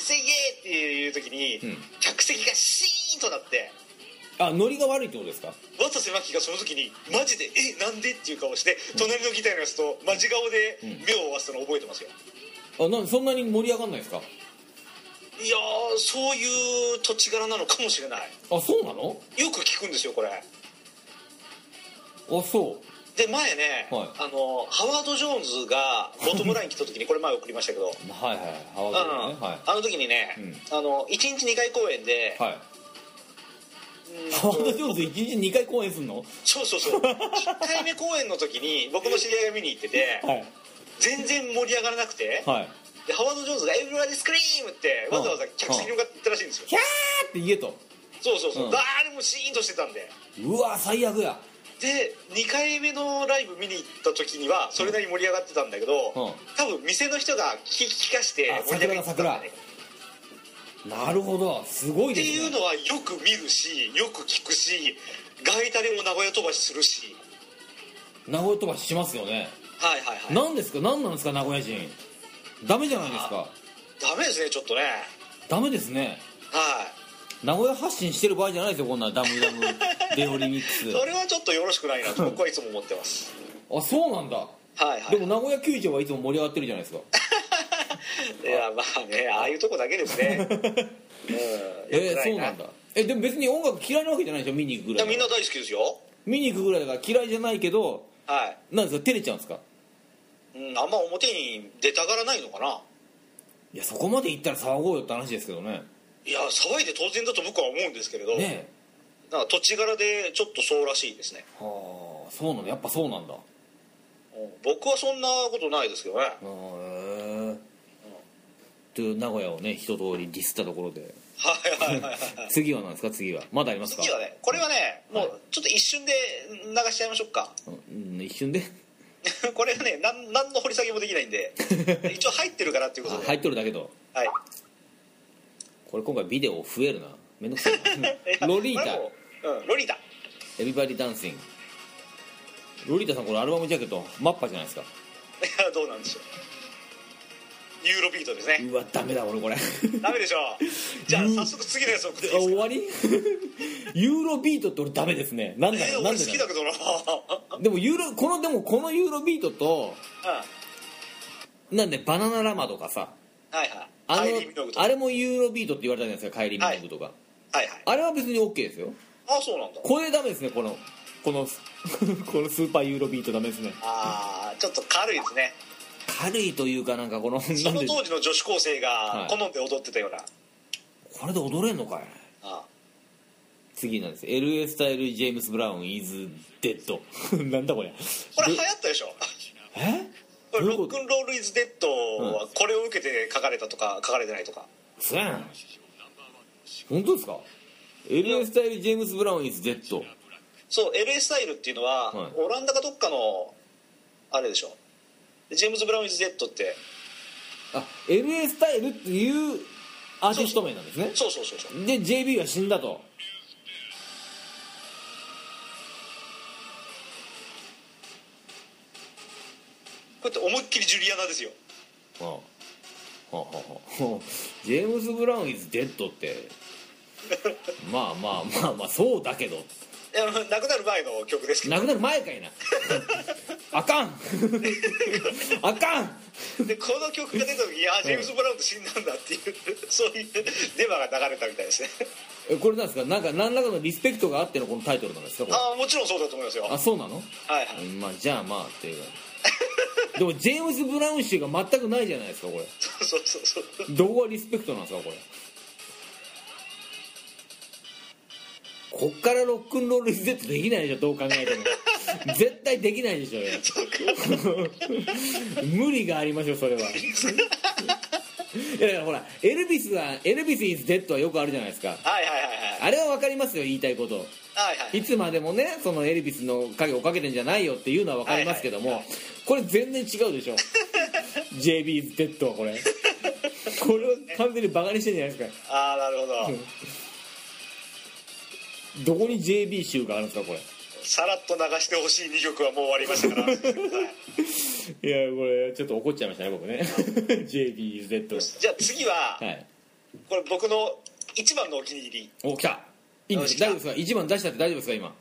「せいイエーイ!」っていう時に、
うん
客席がシーンとなって
あノリが悪いってことですか
渡瀬真希がその時にマジで「えなんで?」っていう顔して隣のギターのやつとマジ顔で
うん
目を合わせたの覚えてますよ、
あなんそんなに盛り上がんないですか
いやーそういう土地柄なのかもしれない
あそうなの
よく聞くんですよこれ
あそ
で前ね、
はい
あのハワード・ジョーンズがボトムライン来た
[LAUGHS]
時にこれ前送りましたけど、
うはいはいハ
うん
ワイねは
あの時にね、あの1日2回公演で、
いはいう
ーんと
ハワ [LAUGHS] ード・ジョーンズ1日2回公演すんの
そうそうそう1回目公演の時に僕の知り合いが見に行ってて
はい
全然盛り上がらなくて
はい
でハワード・ジョーンズが「エブリバディスクリーム!」ってわざわざ客席に向かって言ったらしいんですよ
キャーって言えと
そうそうそう、
うん
誰もシーンとしてたんで
うわ最悪や
で2回目のライブ見に行った時にはそれなりに盛り上がってたんだけど、
うん
多分店の人が聞き聞かして
あ
盛り上がってたんだね
桜なるほどすごい
って
で
いう
すね
のはよく見るしよく聞くしガイタレも名古屋飛ばしするし
名古屋飛ばししますよね
はいはいはい
何ですか何なんですか名古屋人ダメじゃないですか
ダメですねちょっとね
ダメですね
は
名古屋発信してる場合じゃないですよこんなダムダム
[LAUGHS]
デオリミック
い
ス
それはちょっとよろしくないなと僕はいつも思ってます
あそうなんだ
はいは
で
い
も名古屋球場はいつも盛り上がってるじゃないですか
いやまあねああいうとこだけです
[LAUGHS]
ねうん
え
良く
ー
ない
そうなんだえでも別に音楽嫌いなわけじゃないでしょ見に行くぐ
い
ら
や
い
みんな大好きですよ
見に行くぐらいだから嫌いじゃないけど
はい
なんですか照れちゃうんですか
ううん、あんま表に出たがらないのかない
やそこまで行ったら騒ごうよって話ですけどね
いや騒いで当然だと僕は思うんですけれど、
ねえ
なんか土地柄でちょっとそうらしいですね
はあそうなんだやっぱそうなんだ
うん僕はそんなことないですけどね
あーへえという名古屋をね一通りディスったところで
はいはいはいはい
次は何ですか次はまだありますか
[LAUGHS] 次はねこれはねも
は
うちょっと一瞬で流しちゃいましょうか [LAUGHS]
うん一瞬で
これはねなん何の掘り下げもできないん
[LAUGHS]
で一応入ってるからっていう
あ
ことで、は
入
い
っとるだけどこれ今回ビデオ増えるなめん
[LAUGHS]
どくさいな
いや
ロリータ
これもう、うん、ロリータ
エビバディダンシングロリータさんこれアルバムジャケットマッパじゃないですか
い [LAUGHS] やどうなんでしょうユーロビートですね
うわダメ
[LAUGHS]
だ俺これ
ダメでしょじゃあ早速次のやつ送っていい
あ
です
終
か
わり [LAUGHS] ユーロビートって俺ダメですねなんだ
え
ろ
ー
うなん
俺
で
好
だ
き
ろ
だけどな [LAUGHS] う
うでもユーロこのでもこのユーロビートと
んは
なんでバナナラマとかさ
いはい
あ
カ
の
イリー・ミノグとか
あれもユーロビートって言われたじゃないですかカイリー・ミノグとか、
はいはい
あれは別に OK ですよ
あそうなんだ
これダメですねこのこの [LAUGHS] このスーパーユーロビートダメですね
ああちょっと軽いですね
軽いというかなんかこの
そ
な
の
んで
当時の女子高生が好んで踊ってたような、
これで踊れんのかい
あ
次なんです LA スタイルジェームス・ブラウン is dead [LAUGHS] なんだこれ
これ流行ったでしょ [LAUGHS]
え
これ
どうい
ロ
う
ッ
こと
クンロール・イズ・デッドはこれを受けて書かれたとか書かれてないとか
せん本当ですか LA スタイルジェームス・ブラウン is dead
そう LA スタイルっていうのは、
はい
オランダかどっかのあれでしょでジェームズ・ブラウン・イズ・デッドって
あ LA スタイルっていうアーティスト名なんですね
そうそうそうそう
で JB は死んだと
こうやって思いっきりジュリアナですよ
ああはあはあはあジェームス・ブラウン is dead ってまあまあまあまあそうだけど
いや亡くなる前の曲ですけ
なくなる前かいなあかんあかん
どでこの曲が出た時にあジェームズ・ブラウンって死んだんだっていうそういうデマが流れたみたいですね
えこれなんですかなんか何らかのリスペクトがあってのこのタイトルなんですかこれ
ああもちろんそうだと思いますよは
あそうなの
いはい
うんまあじゃあまあっていうかでもジェームズ・ブラウン氏が全くないじゃないですかこれ
そうそうそう
どこがリスペクトなんですかこれこっからロックンロール Z できないでしょどう考え [LAUGHS] ても絶対できないでしょよ
そうか
[LAUGHS] 無理がありましょうそれはいやいやほらエルビスはエルビス・イズ・デッドはよくあるじゃないですか
はいはいはいはい
あれは分かりますよ言いたいこと
はいはい
いつまでもねそのエルビスの影をかけてんじゃないよっていうのは分かりますけども、これ全然違う [LAUGHS] でしょ JB is dead はこれこれは完全にバカにしてんじゃないですか
ああなるほど
どこに JB 集があるんですかこれ
さらっと流してほしい2曲はもう終わりました [LAUGHS] からはい
いやこれちょっと怒っちゃいましたね僕ね [LAUGHS] JB is dead
じゃあ次は
はい
これ僕の一番のお気に入りい
お来たいいんです大丈夫ですか一番出したって大丈夫ですか今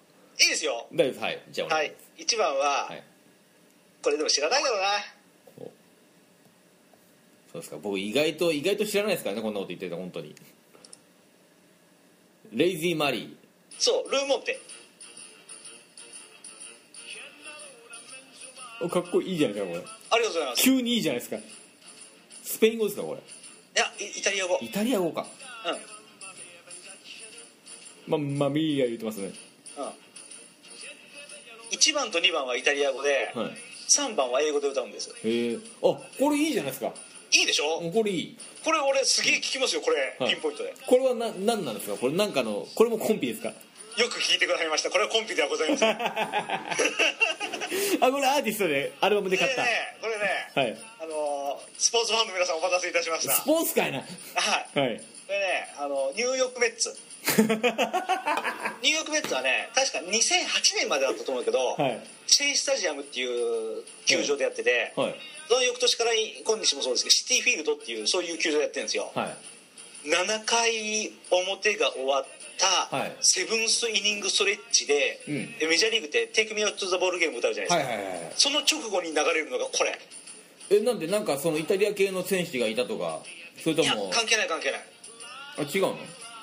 いですよ
大丈夫ですはいじゃあお
は
願い
い一番は
はい
これでも知らないだろうな
そうですか僕意外と意外と知らないですからねこんなこと言ってた本当にレイジー・マリー
そうルーモンテ
おかっこいいじゃないですかこ
あ
れ
りがとうございます
急にいいじゃないですかスペイン語ですかこ
いやイイタリア語う
れイタリア語か
んうん
まマミーヤ言ってますね
1番と2番はイタリア語で
はい
3番は英語で歌うんです
へえあこれいいじゃないですか
いいでしょ
これいい
これ俺すげえ聞きますよこれ
はい
ピンポイントで
これはな何なんですかこれなんかのこれもコンビですか
よく聞いてくださいましたこれはコンピではございませんね
あこれアーティストでアルバムで買っ
えねえこれ
た
ね
はい
あのースポーツファンの皆さんお待たせいたしました
スポーツ界な
はい
はい
これねあのニューヨークメッ
[LAUGHS]
ツニューヨークメッツはね確か2008年までだったと思うけど、
はい
チェイスタジアムっていう球場でやってて、
はい
その翌年から今日もそうですけどシティフィールドっていうそういう球場でやってるんですよ、
はい
7回表が終わった
はい
セブンスイニングストレッチで、
うん
でメジャーリーグって「Take Me Out to the Ball Game」歌うじゃないですか、
はいはいはい
その直後に流れるのがこれ
えなんでなんかそのイタリア系の選手がいたとかそれと
いや
も
関係ない関係ない
あ違うの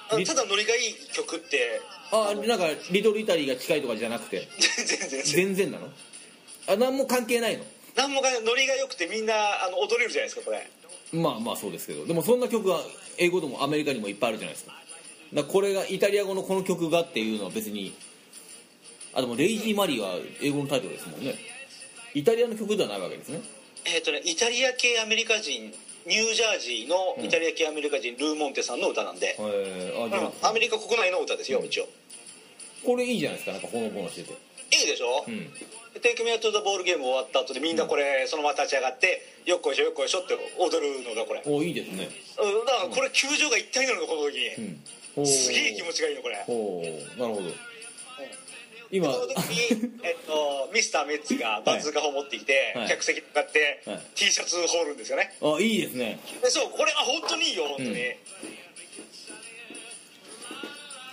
あ
リ
ただノリがいい曲って [LAUGHS]
あなんかリトルイタリーが近いとかじゃなくて
全然全然
全然なのあ何も関係ないの
何もかねノリが良くてみんなあの踊れるじゃないですかこれ
まあまあそうですけどでもそんな曲が英語でもアメリカにもいっぱいあるじゃないですかだからこれがイタリア語のこの曲がっていうのは別にあでも「レイジー・マリー」は英語のタイトルですもんねイタリアの曲ではないわけですね
えっ、とねイタリア系アメリカ人ニュージャージーのイタリア系アメリカ人、ルーモンテさんの歌なんで、
えー、あじ
う
ゃ
ん
あ
アメリカ国内の歌ですよ一応
これいいじゃないですかなんかほのぼのしてて
いいでしょ、
うん
テイクミアトゥザボールゲーム終わった後でみんなこれそのまま立ち上がってよっこいしょよっこいしょって踊るのがこれ
おいいですね
うんだからこれ球場が一体になるのこの時
う
に、
んおー
すげえ気持ちがいいのこれ
おーなるほど今
その時に、えっと、ミスターメッツがバズーカ砲持ってきて、
はい
客席に向かって、
はい
T シャツ放るんですよね
[LAUGHS] あいいですね
でそうこれあ本当にいいよ本当に、
うん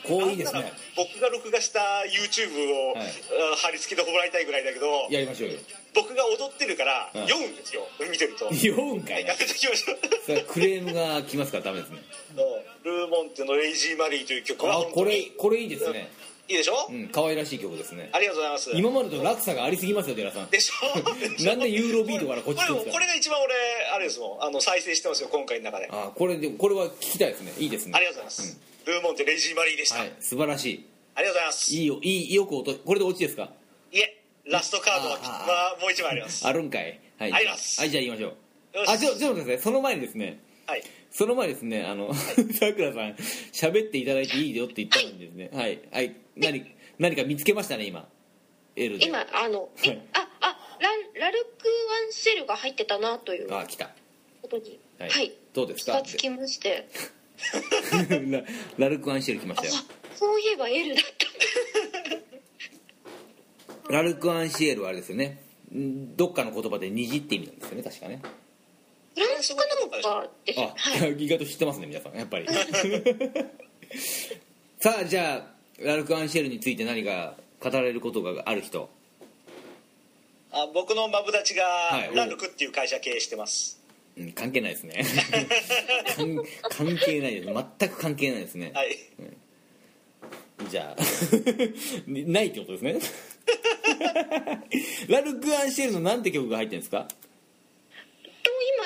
こういいです
なんな
ね
ら僕が録画した YouTube を、
はい
あ貼り付けてもらいたいぐらいだけど
やりましょうよ
僕が踊ってるから、
うん
酔うんですよ見てると
読うんかい
や
な
めときましょう
それクレームが来ますからダメですね
そうルーモンテの「レイジー・マリー」という曲は
あ
本当
こ
に
れ
い
これいいですね
いでしょ、
うん可愛らしい曲ですね
ありがとうございます
今までと落差がありすぎますよ寺さん
でしょでしょ
[LAUGHS] なんでユーロビートからこっち来
こ
るん
れ
ですか
これが一番俺あれですもんあの再生してますよ今回の中であ
あこれでこれは聞きたいですねいいですね
りがとうございます、ルーモンテレイジーマリーでした、
はい素晴らし
ありがとうございます
い
い
いいよいいよく音これでオチですか
えラストカードはき
あー
はもう一枚あります
あるんかいはい
あります
はいじゃあ言いましょう
よし
あちょちょっと待ってくださいその前にですね
はい
その前にですねあの [LAUGHS] さくらさん喋っていただいていいよって言ったんですねはいはい何何か見つけましたね今 L で
今あのえ
はい
ああランラルクワンシェルが入ってたなというこ
あ来た
とに
はい、
はい
どうです
気
か
がつきまして
[LAUGHS] ララルク・アンシェル来ましたよ
そういえば L だった
ラルク・アンシエルはあれですよねんどっかの言葉で虹って意味なんですよね確かね
フランスかなんかです
あ
よはい
意外と知ってますね皆さんやっぱりさあじゃあラルク・アンシエルについて何か語られることがある人
あ僕のマブダチが、
い
ラルクっていう会社経営してます
うん関係ないで
[LAUGHS]
すね関関係ないです全く関係ないですね、
はい
じゃあ [LAUGHS] ないってこと
[LAUGHS]
ですねラルク・アンシエルのなんて曲が入ってるんですか
と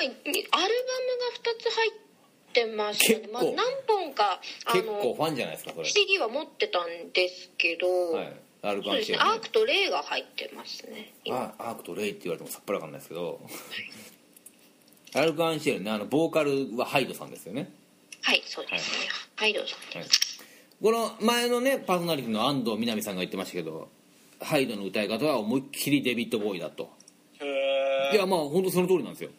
今アルバムが2つ入ってましたね、
結構
まあ、何本かあ
結構
の
ファンじゃないですかそれ
CD は持ってたんですけど、
はいラルク・
そう
ア
で
ン
す
シエ
ね
ル、ね
アークとレイが入ってますね今
あアークとレイって言われてもさっぱりわかんないですけどアルク・アンシェルねあのボーカルはハイドさんですよね、
はいそうですねはいどうぞ
はい、この前のねパーソナリティの安藤みなみさんが言ってましたけどハイドの歌い方は思いっきりデビッド・ボーイだと
へ
いやまあ本当その通りなんですよ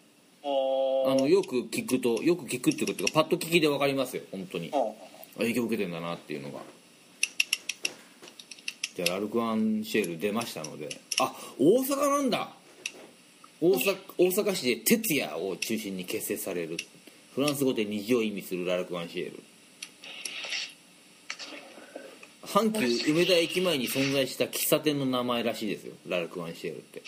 あ
お
のよく聞くとよく聞くっていうことがパッと聞きで分かりますよ本当に
お
影響受けてんだなっていうのがじゃあラルク・アンシェル出ましたのであ大阪なんだ大阪大阪市で「徹夜」を中心に結成されるフランス語で虹を意味するラルク・アンシェル阪急梅田駅前に存在した喫茶店の名前らしいですよラルク・アンシェルって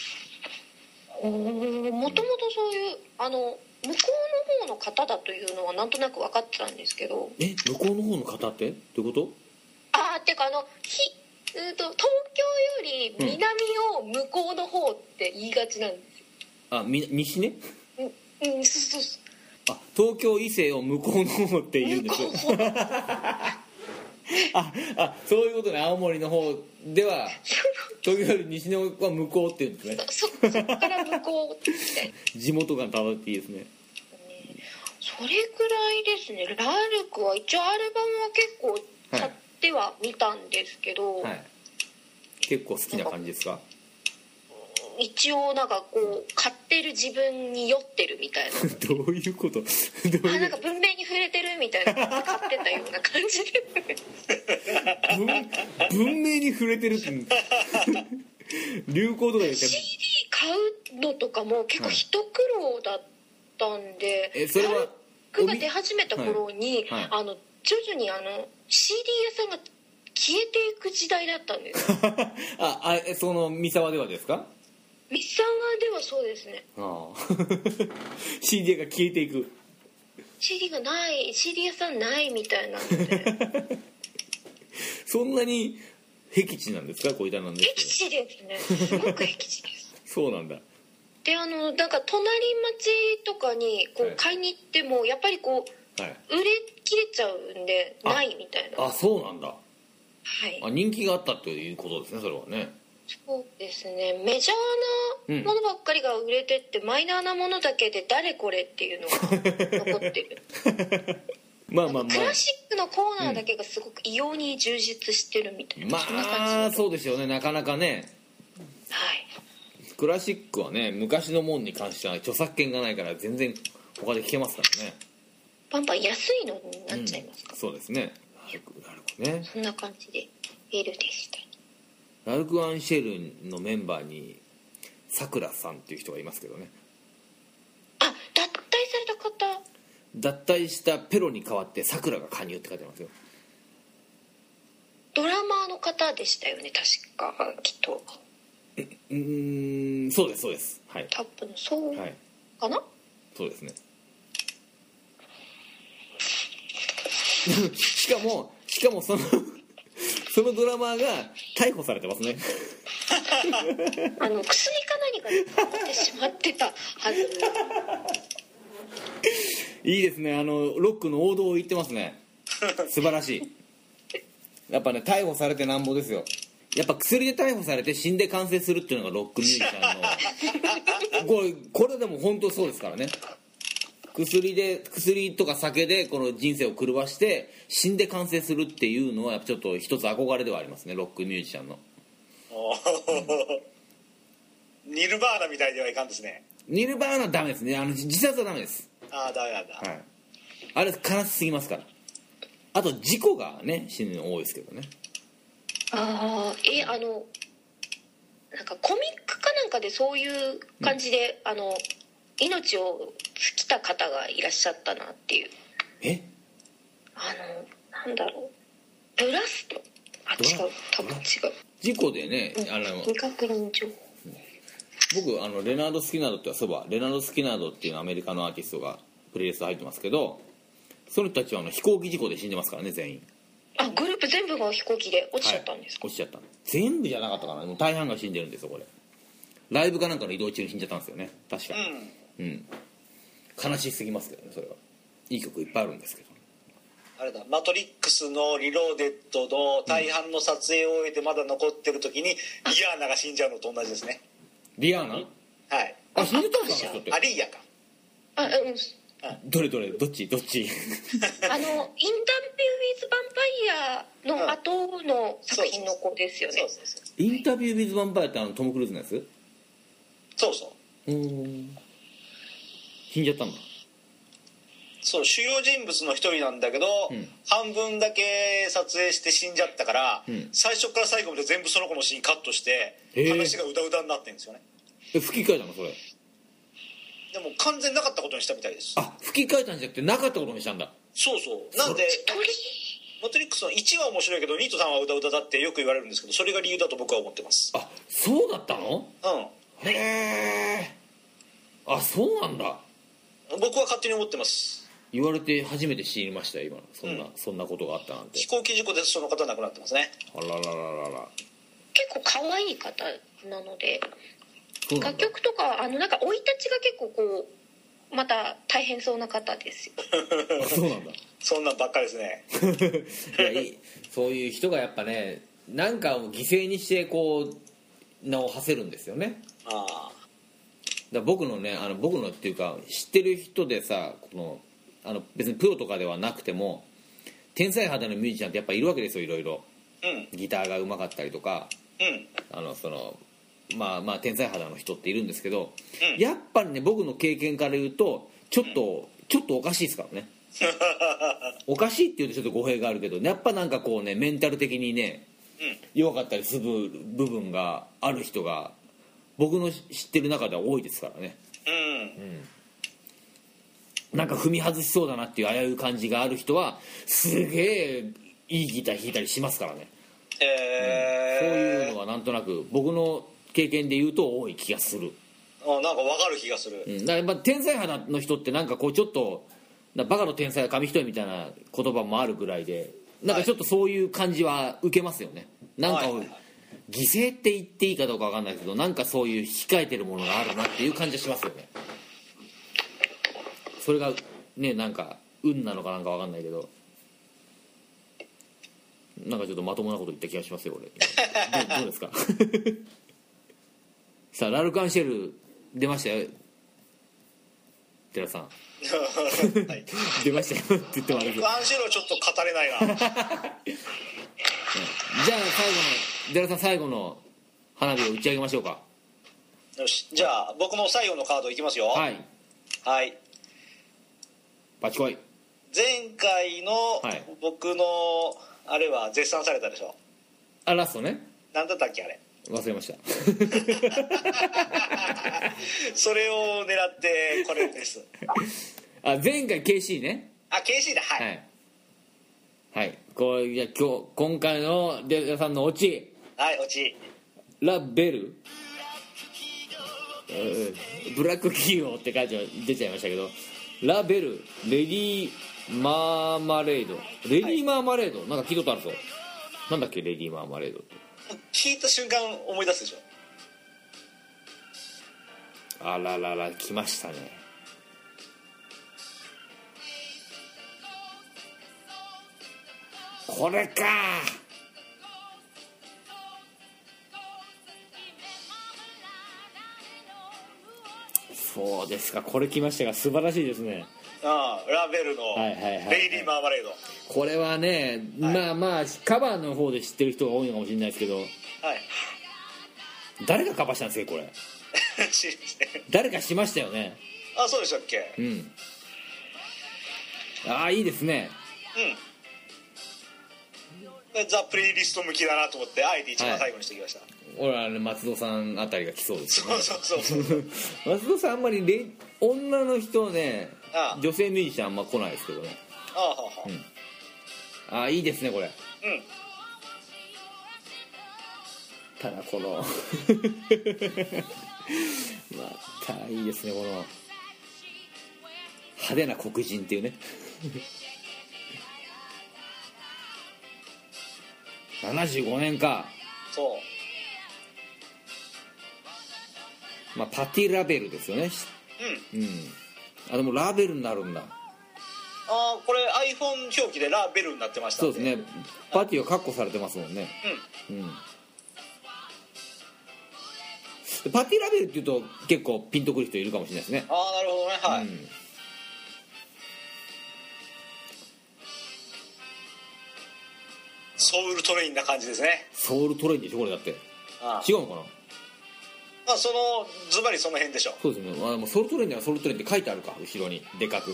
もともとそういうあの向こうの方の方だというのはなんとなく分かってたんですけど
え向こうの方の方ってってこと
ああっていうかあのひうーと東京より南を向こうの方って言いがちなんです
あみ西ね
よ、うん、うん、そうそうそう
あ東京伊勢を向こうの方って言うんですよ
向こうの方
[LAUGHS] ああそういうことね青森の方では東京より西の方は向こうって言うんですね
そそこから向こうみたいな
地元感漂っていいですね
それくらいですねラルクは一応アルバムは結構買っては見たんですけど、
はい結構好きな感じです [LAUGHS] か
一応なんかこう買ってる自分に酔ってるみた
[LAUGHS]
いな
どういうことどう
あ
い
なん
う
か文明に触れてるみたいな買ってたような感じで
文文明に触れてるって [LAUGHS] 流行とかで言って
CD 買うのとかも結構一苦労だったんで、
えそれ
ラ
は
ルクが出始めた頃に、
はいはい
あの徐々にあの CD 屋さんが消えていく時代だったんですよ
[LAUGHS] ああえその三沢ではですか
ミスサンではそうですね
ああ [LAUGHS] CD が消えていく
CD がない CD 屋さんないみたいなの
[LAUGHS]
で
そんなに僻地なんですか小板なんで
僻地
すけど
ですねすごく僻地です
そうなんだ
であのなんか隣町とかにこ
は
う
い
買いに行ってもやっぱりこう
はい、
売れ切れちゃうんで
あ
ないみたいなは
あそうなんだ
い
あ人気があったということですねそれはね
そうですねメジャー
うん
なものばっかりが売れてって、マイナーなものだけで誰これっていうのが残ってる
[LAUGHS] まあまあま
クラシックのコーナーだけがすごく異様に充実してるみたいな、そんな
あま
感
あ
じ
そうですよねなかなかね
はい
クラシックはね昔のもんに関しては著作権がないから全然他で聞けますからね
バンバン安いのになっちゃいますか
うん、そうですねラルクラルクね
ら、そんな感じでメールでした
ラルク・アンシェルのメンバーにさくらさんっていう人がいますけどね
あ脱退された方
脱退したペロに代わってさくらが加入って書いてありますよ
ドラマーの方でしたよね確かきっと
うーんそうですそうですはい
多分そう
はい
かな、
そうですね [LAUGHS] しかもしかもそのそのドラマーが逮捕されてますね
あの薬か何かにかかってしまってたは
[LAUGHS]
ず
いいですねあのロックの王道を言ってますね素晴らしいやっぱね逮捕されてなんぼですよやっぱ薬で逮捕されて死んで完成するっていうのがロックミュージシャンのこれこれでも本当そうですからね薬で薬とか酒でこの人生を狂わして死んで完成するっていうのはやっぱちょっと一つ憧れではありますねロックミュージシャンの
おー [LAUGHS] ニルバーナみたいではいかんですね
ニルバーナはダメですねあの自殺はダメです
ああダメなんだ、
はい、あれ悲しすぎますからあと事故がね死ぬの多いですけどね
ああえあのなんかコミックかなんかでそういう感じで、あの命を尽きた方がいらっしゃったなっていう
え
あのなんだろうブラストあ
ブラ
違う多分違う
事故でねあの
未確認情報
僕あのレナード・スキナードってそういえばレナード・スキナードっていうアメリカのアーティストがプレイリスト入ってますけどその人たちはあの飛行機事故で死んでますからね全員
あグループ全部が飛行機で落ちちゃったんですか、
落ちちゃった全部じゃなかったかなもう大半が死んでるんですよこれライブかなんかの移動中に死んじゃったんですよね確か
うん
うん悲しすぎますけどねそれはいい曲いっぱいあるんですけど
あれだ「マトリックス」の「リローデッド」の大半の撮影を終えてまだ残ってる時にリアーナが死んじゃうのと同じですね
リアーナ
はい
あ死んでたんですかあの人って
アリーヤか
あうん
どれどれどっちどっち [LAUGHS]
あの「インダンビュー・ウィズ・ヴァンパイア」の後の作品の子ですよね
そうそうそう
インタビュー・ビズ・ヴァンパイアってあのトム・クルーズのやつ
そうそう
うん死んじゃったんだ
そう主要人物の一人なんだけど、
うん
半分だけ撮影して死んじゃったから、
うん
最初から最後まで全部その子のシーンカットして
へえ
話がうだうだになってるんですよね
え吹き替えたのそれ
でも完全なかったことにしたみたいです
あ吹き替えたんじゃなくてなかったことにしたんだ
そうそうなんで「マトリックス」の1は面白いけど2と3はうだうだだってよく言われるんですけどそれが理由だと僕は思ってます
あそうだったの
う
へえあそうなんだ
ん僕は勝手に思ってます
言われて初めて知りましたよ今のそんな、
うん
そんなことがあったなんて
飛行機事故でその方亡くなってますね
あららららら
結構可愛い方なので
そうなん
楽
だ
曲とかあのなんか生い立ちが結構こうまた大変そうな方ですよ
あそうなんだ
そんなんばっかですね
いやいいそういう人がやっぱねなんかを犠牲にしてこう名を馳せるんですよね
あ
だから僕のねあの僕のっていうか知ってる人でさこのあの別にプロとかではなくても天才肌のミュージシャンってやっぱいるわけですよいろいろ
あうん
ギターがうまかったりとか
うん
あのそのまあまあ天才肌の人っているんですけど、
うん
やっぱりね僕の経験から言うとちょっと、ちょっとおかしいで
[LAUGHS]
すからねおかしいっていうとちょっと語弊があるけどやっぱなんかこうねメンタル的にね弱かったりする部分がある人が僕の知ってる中では多いですからね
うんうん
なんか踏み外しそうだなっていう危うい感じがある人はすげえいいギター弾いたりしますからね、
え
そう
ー
いうのはなんとなく僕の経験で言うと多い気がする、
あなんかわかる気がする、
うん、だからやっぱ天才肌の人ってなんかこうちょっとなバカの天才は紙一重みたいな言葉もあるぐらいでなんかちょっとそういう感じは受けますよねなんかを
はいはい
犠牲って言っていいかどうかわかんないけどなんかそういう控えてるものがあるなっていう感じはしますよねそれがねなんか運なのかなんかわかんないけどなんかちょっとまともなこと言った気がしますよ俺どうどうですか [LAUGHS] さあラルカンシェル出ましたよ寺さん
[LAUGHS] はい
出ましたよって言ってもあれです
僕アンシェルはちょっと語れないな
じゃあ最後の寺さん最後の花火を打ち上げましょうか
よしじゃあ僕の最後のカードいきますよ、
はいい
はい
バチコイ
前回の
はい
僕のあれは絶賛されたでしょ
あラストね
何だったっけあれ
忘れました
それを狙ってこれです
[LAUGHS] あ前回 KC ね
あ KC だはい、
はいはいこういや今日今回のデラさんのオチ
はい、落ち。
ラベルうんブラック企業って書いて出ちゃいましたけどラベルレディーマーマレードレディーマーマレード、なんか聞いたことあるぞなんだっけレディーマーマレードって
聞いた瞬間思い出すでしょ。
あららら来ましたねこれかそうですかこれ来ましたが素晴らしいですね
ああ、ラベルの
はいはいはいはい
レイリー・マーマレード。
これはね、まあまあカバーの方で知ってる人が多いのかもしれないですけど
はい。
誰がカバーしたんですかこれ
知りません
誰かしましたよね
[LAUGHS] あ、そうでしたっけ
うんああいいですね
でザ・プレイリスト向きだなと思って、あえて一番最後にしてきました。
俺はね松戸さんあたりが来そうですよね
そうそう
[LAUGHS]
そうそう。
松戸さんあんまりレ女の人ね
ああ
女性ミュージシャンあんま来ないですけどね
ああ、はあはあ。
ああいいですねこれ
うん。
ただこの [LAUGHS] またいいですねこの派手な黒人っていうね [LAUGHS] 75年か
そう。
まあ、パティラベルですよねうん、あでもラベルになるんだ
ああ、これ iPhone 表記でラベルになってました
そ
ん
うですねパティはカッコされてますもんねうん、でパティラベルっていうと結構ピンとくる人いるかもしれないですね
ああ、なるほどね。はい。
うん
ソウルトレインな感じですね。
ソウルトレインでしょこれだって
ああ
違うのかな
まあ、その、ズバリその辺でしょ。
そうですねあでもソウルトレインならソウルトレインって書いてあるか後ろにでかく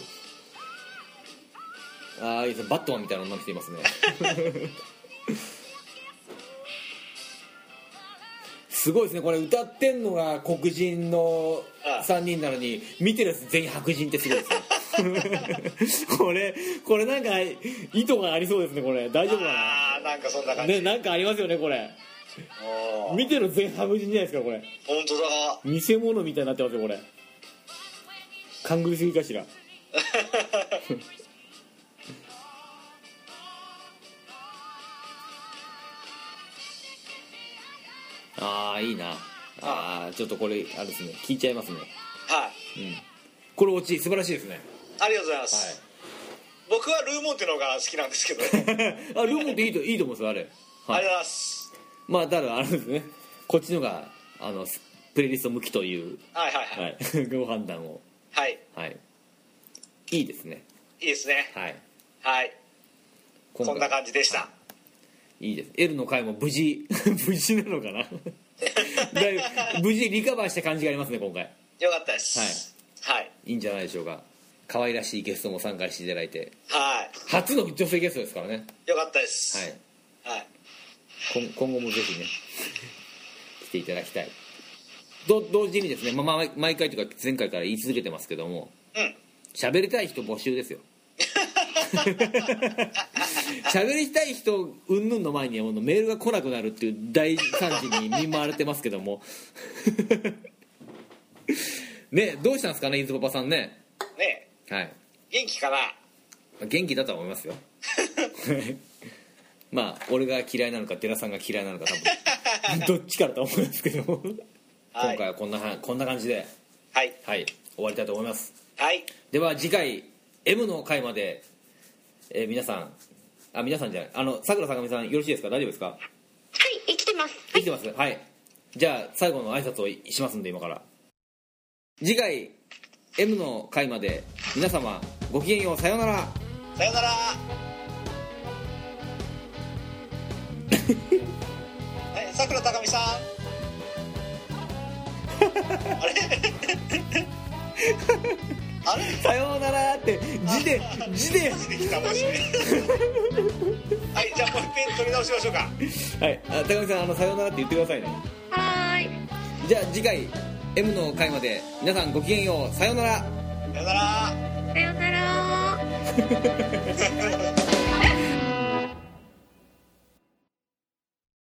ああいいですねバットマンみたいな女の人いますねすごいですねこれ歌ってんのが黒人の
ああ
3人なのに見てるやつ全員白人ってすごいですねこれこれなんか意図がありそうですねこれ大丈夫か
ああ、なんかそんな
な
感じ。
ねなんかありますよねこれ
おー
見てる全員白人じゃないですかこれ
本当だ。
偽物みたいになってますよこれ勘ぐりすぎかしら [LAUGHS] ああいいなああちょっとこれあれですね聞いちゃいますね
はい。
これ落ち素晴らしいですね
ありがとうございます。僕はルーモンテの方が好きなんですけどね。
はい [LAUGHS] あ両方でいいといいと思うんですよあれ、
あ
は
りがとうござ
い、
います。
まあただあれですねこっちのがあのプレイリスト向きという、
はいはいはい。
はい [LAUGHS] ご判断を
はい。
はいいいですね
いいですね。
はい
はい。こんな感じでした。
いいです L の回も無事 [LAUGHS] 無事な [LAUGHS] のかなだいぶ
[LAUGHS]
無事リカバーした感じがありますね今回
よかったです。はい。
いいんじゃないでしょうか可愛らしいゲストも参加していただいて
は
初の女性ゲストですからね
い。よかったです。
はい
はい。
今今後もぜひね来ていただきたいと同時にですね、まあ、まあ毎回というか前回から言い続けてますけども
うん
喋りたい人募集
[LAUGHS]
ですよ喋りたい人うんぬんの前にあのメールが来なくなるっていう大惨事に見舞われてますけども [LAUGHS] ねどうしたんですかね伊豆パパさんね
ね
はい
え元気かな
元気だとは思い [LAUGHS] ますよまあ俺が嫌いなのか寺さんが嫌いなのか多分 [LAUGHS] どっちかだと思うんですけど今
はい
回はこんなはこんな感じで
はい
はい終わりたいと思います
はい
では次回 M の回まで、えー皆さんあ皆さんじゃないあのさくらさかみさんよろしいですか大丈夫ですか
生きてます
生きてますはいじゃあ最後の挨拶をいしますんで今から次回 M の回まで皆様ごきげんようさようなら
さよなら [LAUGHS] えさくらたかみさんあれ [LAUGHS] あれ
さようならって字で字で
来たマジではいじゃあもう一遍取り直しましょうか
はいあ高木さんあのさようならって言ってくださいね
はーい
じゃあ次回 M の回まで皆さんごきげんようさようなら
さよなら
さよなら
さよなら